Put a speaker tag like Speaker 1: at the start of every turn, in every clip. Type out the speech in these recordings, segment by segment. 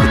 Speaker 1: the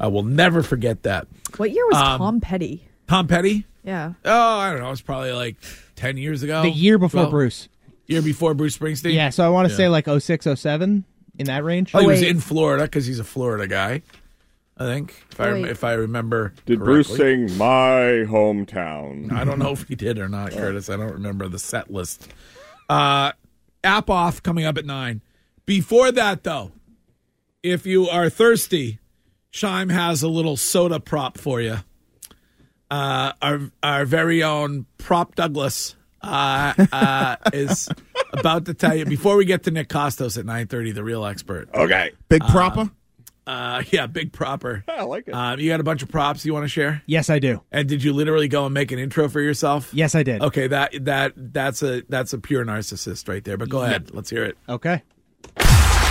Speaker 2: I will never forget that.
Speaker 3: What year was
Speaker 2: Um,
Speaker 3: Tom Petty?
Speaker 2: Tom Petty?
Speaker 3: Yeah.
Speaker 2: Oh, I don't know. It's probably like 10 years ago.
Speaker 4: the year before
Speaker 2: Oh, Well,
Speaker 4: Bruce.
Speaker 2: Year before Bruce Springsteen?
Speaker 4: Yeah, so I want to
Speaker 2: Yeah.
Speaker 4: say like 06, 07 in that range.
Speaker 2: Oh, he was
Speaker 3: wait.
Speaker 2: in Florida because he's a Florida guy. I think if I rem-
Speaker 3: Wait.
Speaker 2: if I remember.
Speaker 5: Did Bruce
Speaker 2: correctly.
Speaker 5: sing "My Hometown"?
Speaker 2: I don't know if he did or not, Curtis. I don't remember the set list. Uh, app off coming up at nine. Before that, though, if you are thirsty, Shime has a little soda prop for you. Uh, our our very own prop Douglas uh, uh, is about to tell you. Before we get to Nick Costos at nine thirty, the real expert.
Speaker 5: Okay,
Speaker 6: Big proper?
Speaker 2: Uh, yeah, big proper.
Speaker 5: I like it.
Speaker 2: Um, you got a bunch of props you want to share?
Speaker 4: Yes, I do.
Speaker 2: And did you literally go and make an intro for yourself?
Speaker 4: Yes, I did.
Speaker 2: Okay, that that that's a that's a pure narcissist right there. But go ahead, let's hear it.
Speaker 4: Okay.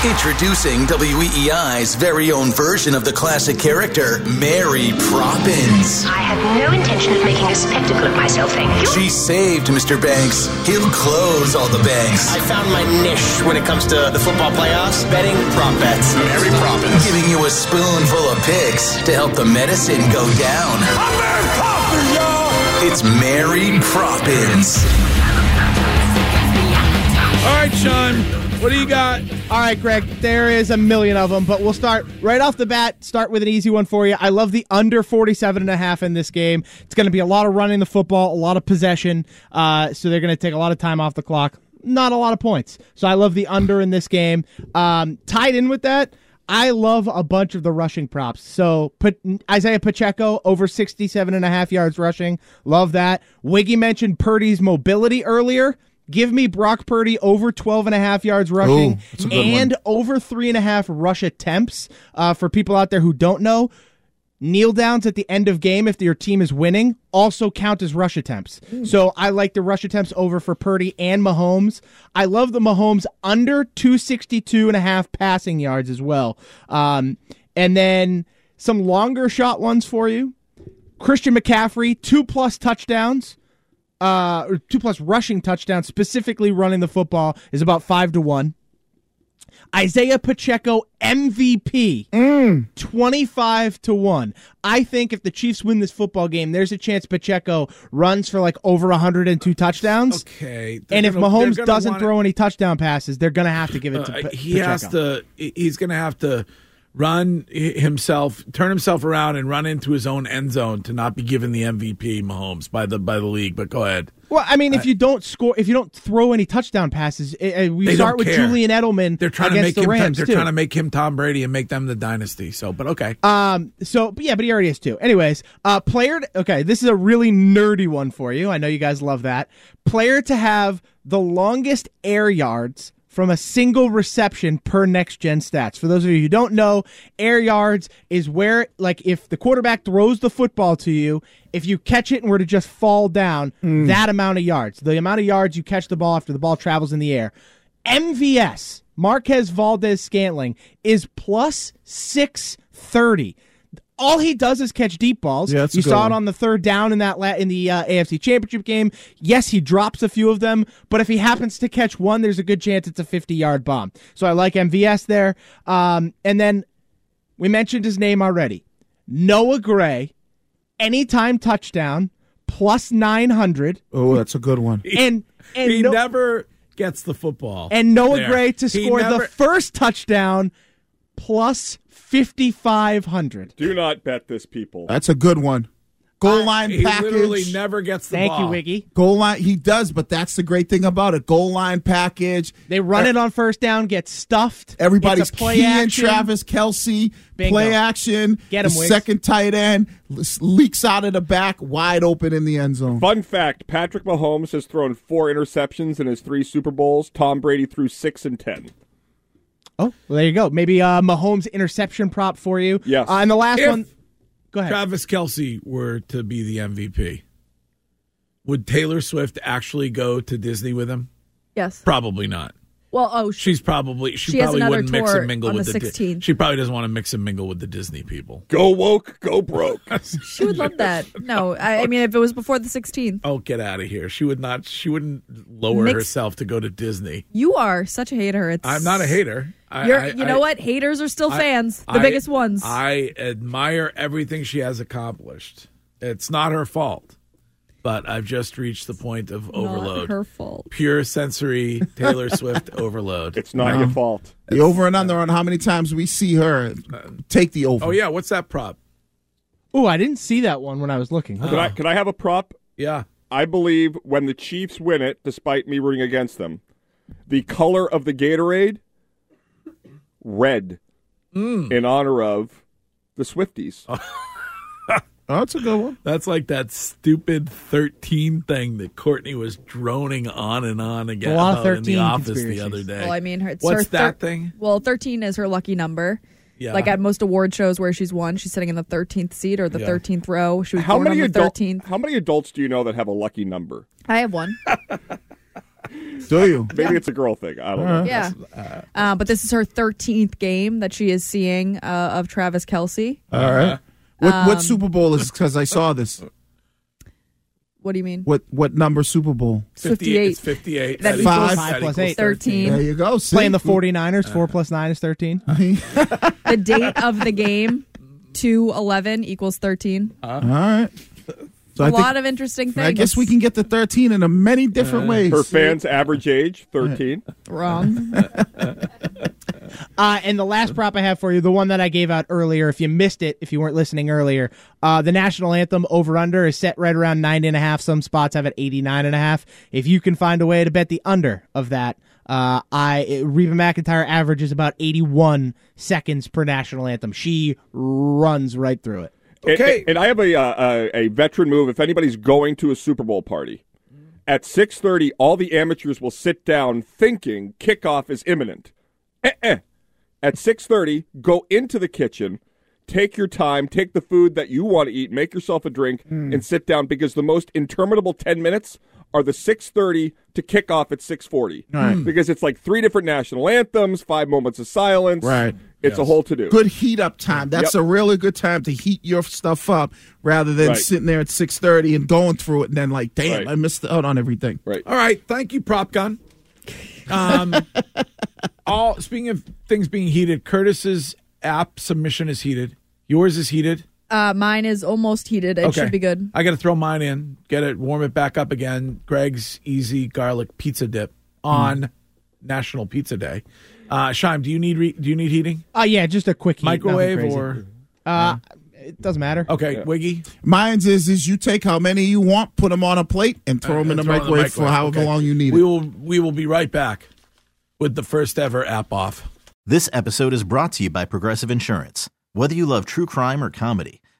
Speaker 7: Introducing WEEI's very own version of the classic character, Mary Proppins.
Speaker 8: I had no intention of making a spectacle of myself, thank you.
Speaker 7: She saved Mr. Banks. He'll close all the banks.
Speaker 9: I found my niche when it comes to the football playoffs, betting prop bets. Mary Proppins.
Speaker 7: Giving you a spoonful of picks to help the medicine go down. It's Mary Proppins.
Speaker 2: All right, Sean, what do you got?
Speaker 4: All right, Greg, there is a million of them, but we'll start right off the bat. Start with an easy one for you. I love the under 47 and a half in this game. It's going to be a lot of running the football, a lot of possession. Uh, so they're going to take a lot of time off the clock. Not a lot of points. So I love the under in this game. Um, tied in with that, I love a bunch of the rushing props. So put Isaiah Pacheco over 67 and a half yards rushing. Love that. Wiggy mentioned Purdy's mobility earlier. Give me Brock Purdy over 12 and a half yards rushing and over three and a half rush attempts. Uh, for people out there who don't know, kneel downs at the end of game if your team is winning also count as rush attempts. So I like the rush attempts over for Purdy and Mahomes. I love the Mahomes under 262 and a half passing yards as well. Um, and then some longer shot ones for you. Christian McCaffrey, two plus touchdowns uh, or two plus rushing touchdowns, specifically running the football, is about five to one. Isaiah Pacheco MVP,
Speaker 2: Mm.
Speaker 4: 25 to one. I think if the Chiefs win this football game, there's a chance Pacheco runs for like over 102 touchdowns.
Speaker 2: Okay,
Speaker 4: And if
Speaker 2: They're gonna-
Speaker 4: Mahomes
Speaker 2: they're gonna
Speaker 4: doesn't
Speaker 2: wanna-
Speaker 4: throw any touchdown passes, they're going to have to give it to
Speaker 2: uh,
Speaker 4: Pa-
Speaker 2: he has
Speaker 4: Pacheco.
Speaker 2: to he- he's going to have to run hi- himself, turn himself around, and run into his own end zone to not be given the MVP Mahomes by the by the league. But go ahead.
Speaker 4: Well, I
Speaker 2: Uh,
Speaker 4: mean, if you don't score, if you don't throw any touchdown passes, eh, eh, we
Speaker 2: They
Speaker 4: start
Speaker 2: don't
Speaker 4: with
Speaker 2: care.
Speaker 4: Julian Edelman
Speaker 2: They're trying to
Speaker 4: against
Speaker 2: make him.
Speaker 4: the Rams.
Speaker 2: they're
Speaker 4: too.
Speaker 2: trying to make him Tom Brady and make them the dynasty. So, but okay.
Speaker 4: Um. So, but yeah, but he already has two. Anyways, uh, player. Okay, this is a really nerdy one for you. I know you guys love that. Player to have the longest air yards from a single reception per next gen stats. For those of you who don't know, air yards is where, like, if the quarterback throws the football to you, if you catch it and were to just fall down, that amount of yards, the amount of yards you catch the ball after the ball travels in the air. MVS, Marquez Valdez Scantling, is plus 630. All he does is catch deep balls.
Speaker 3: Yeah, that's a
Speaker 4: you
Speaker 3: good
Speaker 4: saw
Speaker 3: one.
Speaker 4: it on the third down in that la- in the uh, AFC Championship game. Yes, he drops a few of them, but if he happens to catch one, there's a good chance it's a 50 yard bomb. So I like MVS there. Um, and then we mentioned his name already. Noah Gray, anytime touchdown, plus 900.
Speaker 3: Oh, that's a good one.
Speaker 4: And, and
Speaker 2: he
Speaker 4: no-
Speaker 2: never gets the football.
Speaker 4: and Noah
Speaker 2: there.
Speaker 4: Gray to
Speaker 2: He
Speaker 4: score
Speaker 2: never-
Speaker 4: the first touchdown plus 5500.
Speaker 5: Do not bet this, people.
Speaker 3: That's a good one. Goal line
Speaker 2: He literally
Speaker 3: package.
Speaker 2: never gets the
Speaker 4: Thank
Speaker 2: ball.
Speaker 4: you, Wiggy.
Speaker 3: Goal line. He does, but that's the great thing about it. Goal line package.
Speaker 4: They run it on first down, get stuffed.
Speaker 3: Everybody's
Speaker 4: It's a play
Speaker 3: keying
Speaker 4: action.
Speaker 3: Travis Kelsey.
Speaker 4: Bingo.
Speaker 3: Play action.
Speaker 4: Get 'em,
Speaker 3: the
Speaker 4: Wiggs.
Speaker 3: second tight end le- leaks out of the back, wide open in the end zone.
Speaker 5: Fun fact Patrick Mahomes has thrown four interceptions in his three Super Bowls. Tom Brady threw six and ten.
Speaker 4: Oh, well, there you go. Maybe uh, Mahomes interception prop for you.
Speaker 5: Yes.
Speaker 4: Uh, and the last
Speaker 2: If-
Speaker 4: one. Go ahead.
Speaker 2: Travis Kelsey were to be the MVP, would Taylor Swift actually go to Disney with him?
Speaker 6: Yes.
Speaker 2: Probably not.
Speaker 6: Well, oh, sh-
Speaker 2: She's probably she,
Speaker 6: She has
Speaker 2: probably
Speaker 6: another
Speaker 2: wouldn't mix
Speaker 6: tour
Speaker 2: and mingle
Speaker 6: on
Speaker 2: with
Speaker 6: the
Speaker 2: the, Di-
Speaker 6: 16th.
Speaker 2: she probably doesn't want to mix and mingle with the Disney people.
Speaker 5: Go woke, go broke.
Speaker 6: she would love that. No, I, I mean, if it was before the 16th,
Speaker 2: Oh, get out of here! She would not. She wouldn't lower
Speaker 6: Mix-
Speaker 2: herself to go to Disney.
Speaker 6: you are such a hater. It's
Speaker 2: I'm not a hater. I,
Speaker 6: You're,
Speaker 2: I-
Speaker 6: you
Speaker 2: I-
Speaker 6: know what? Haters are still
Speaker 2: I-
Speaker 6: fans, the
Speaker 2: I-
Speaker 6: biggest ones.
Speaker 2: I admire everything she has accomplished. It's not her fault, but I've just reached the point of
Speaker 6: Not
Speaker 2: overload.
Speaker 6: her fault.
Speaker 2: Pure sensory Taylor Swift overload.
Speaker 5: It's not your fault.
Speaker 3: The over and under on how many times we see her take the over.
Speaker 2: Oh yeah, what's that prop?
Speaker 4: Oh, I didn't see that one when I was looking.
Speaker 5: Could I, could I have a prop?
Speaker 2: Yeah.
Speaker 5: I believe when the Chiefs win it, despite me rooting against them, the color of the Gatorade, red,
Speaker 2: Mm.
Speaker 5: in honor of the Swifties.
Speaker 3: Oh, that's a good one.
Speaker 2: That's like that stupid 13 thing that Courtney was droning on and on again
Speaker 4: A lot of
Speaker 2: about in the
Speaker 4: 13
Speaker 2: office
Speaker 4: conspiracies.
Speaker 2: the other day.
Speaker 6: Well, I mean, her, it's
Speaker 2: What's
Speaker 6: her
Speaker 2: that
Speaker 6: thir-
Speaker 2: thing?
Speaker 6: Well, 13 is her lucky number.
Speaker 2: Yeah.
Speaker 6: Like at most award shows where she's won, she's sitting in the 13th seat or the
Speaker 2: Yeah.
Speaker 6: 13th row. She was
Speaker 5: How
Speaker 6: born
Speaker 5: many
Speaker 6: on the
Speaker 5: adult,
Speaker 6: 13th.
Speaker 5: How many adults do you know that have a lucky number?
Speaker 6: I have one.
Speaker 3: Do you?
Speaker 5: Maybe it's a girl thing. I don't know.
Speaker 6: yeah. Uh, but this is her 13th game that she is seeing uh, of Travis Um, Kelsey.
Speaker 3: All right. What, what Super Bowl is? Because I saw this.
Speaker 6: What do you mean?
Speaker 3: What what number Super Bowl?
Speaker 6: 58.
Speaker 2: It's 58. equals-
Speaker 6: That
Speaker 3: equals
Speaker 2: that
Speaker 4: five plus
Speaker 2: equals
Speaker 4: eight.
Speaker 6: 13.
Speaker 3: There you go. See?
Speaker 4: Playing the 49ers, 4 plus 9 is 13.
Speaker 6: The date of the game, 2 11 equals 13.
Speaker 3: All right. So
Speaker 6: A
Speaker 3: I think
Speaker 6: lot of interesting things.
Speaker 3: I guess we can get the 13 in a many different ways.
Speaker 5: Her fans' average age, 13.
Speaker 6: Wrong.
Speaker 4: Uh, and the last prop I have for you, the one that I gave out earlier, if you missed it, if you weren't listening earlier, uh, the national anthem over under is set right around nine and a half. Some spots have it eighty nine and a half. If you can find a way to bet the under of that, uh, I it- Reba McIntyre averages about eighty one seconds per national anthem. She runs right through it.
Speaker 2: Okay.
Speaker 5: And, and I have a, uh, a a veteran move. If anybody's going to a Super Bowl party, at six thirty, all the amateurs will sit down, thinking kickoff is imminent. Eh-eh. At six thirty, go into the kitchen, take your time, take the food that you want to eat, make yourself a drink,
Speaker 3: Hmm.
Speaker 5: and sit down because the most interminable ten minutes are the six thirty to kickoff at six forty. Because it's like three different national anthems, five moments of silence.
Speaker 3: Right.
Speaker 5: It's a whole to do.
Speaker 3: Good heat up time. That's
Speaker 5: Yep.
Speaker 3: a really good time to heat your stuff up rather than
Speaker 5: Right.
Speaker 3: sitting there at 6:30 and going through it and then like, damn,
Speaker 5: Right.
Speaker 3: I missed out on everything.
Speaker 5: Right.
Speaker 2: All right. Thank you, Prop Gun. Um, all Speaking of things being heated, Curtis's app submission is heated. Yours is heated.
Speaker 6: uh, mine is almost heated. It should be good.
Speaker 2: I got to throw mine in, get it, warm it back up again. Greg's Easy Garlic Pizza Dip on National Pizza Day. Uh, Shime, do you need re- do you need heating?
Speaker 4: Uh, yeah, just a quick heat, nothing
Speaker 2: Microwave
Speaker 4: crazy.
Speaker 2: or- Oh,
Speaker 4: Uh, it doesn't matter.
Speaker 2: Okay, Wiggy.
Speaker 3: Mine's is is you take how many you want, put them on a plate, and throw them in the
Speaker 2: Throw it
Speaker 3: microwave, for however
Speaker 2: Okay.
Speaker 3: long you need
Speaker 2: We
Speaker 3: it.
Speaker 2: will we will be right back with the first ever app off.
Speaker 10: This episode is brought to you by Progressive Insurance. Whether you love true crime or comedy,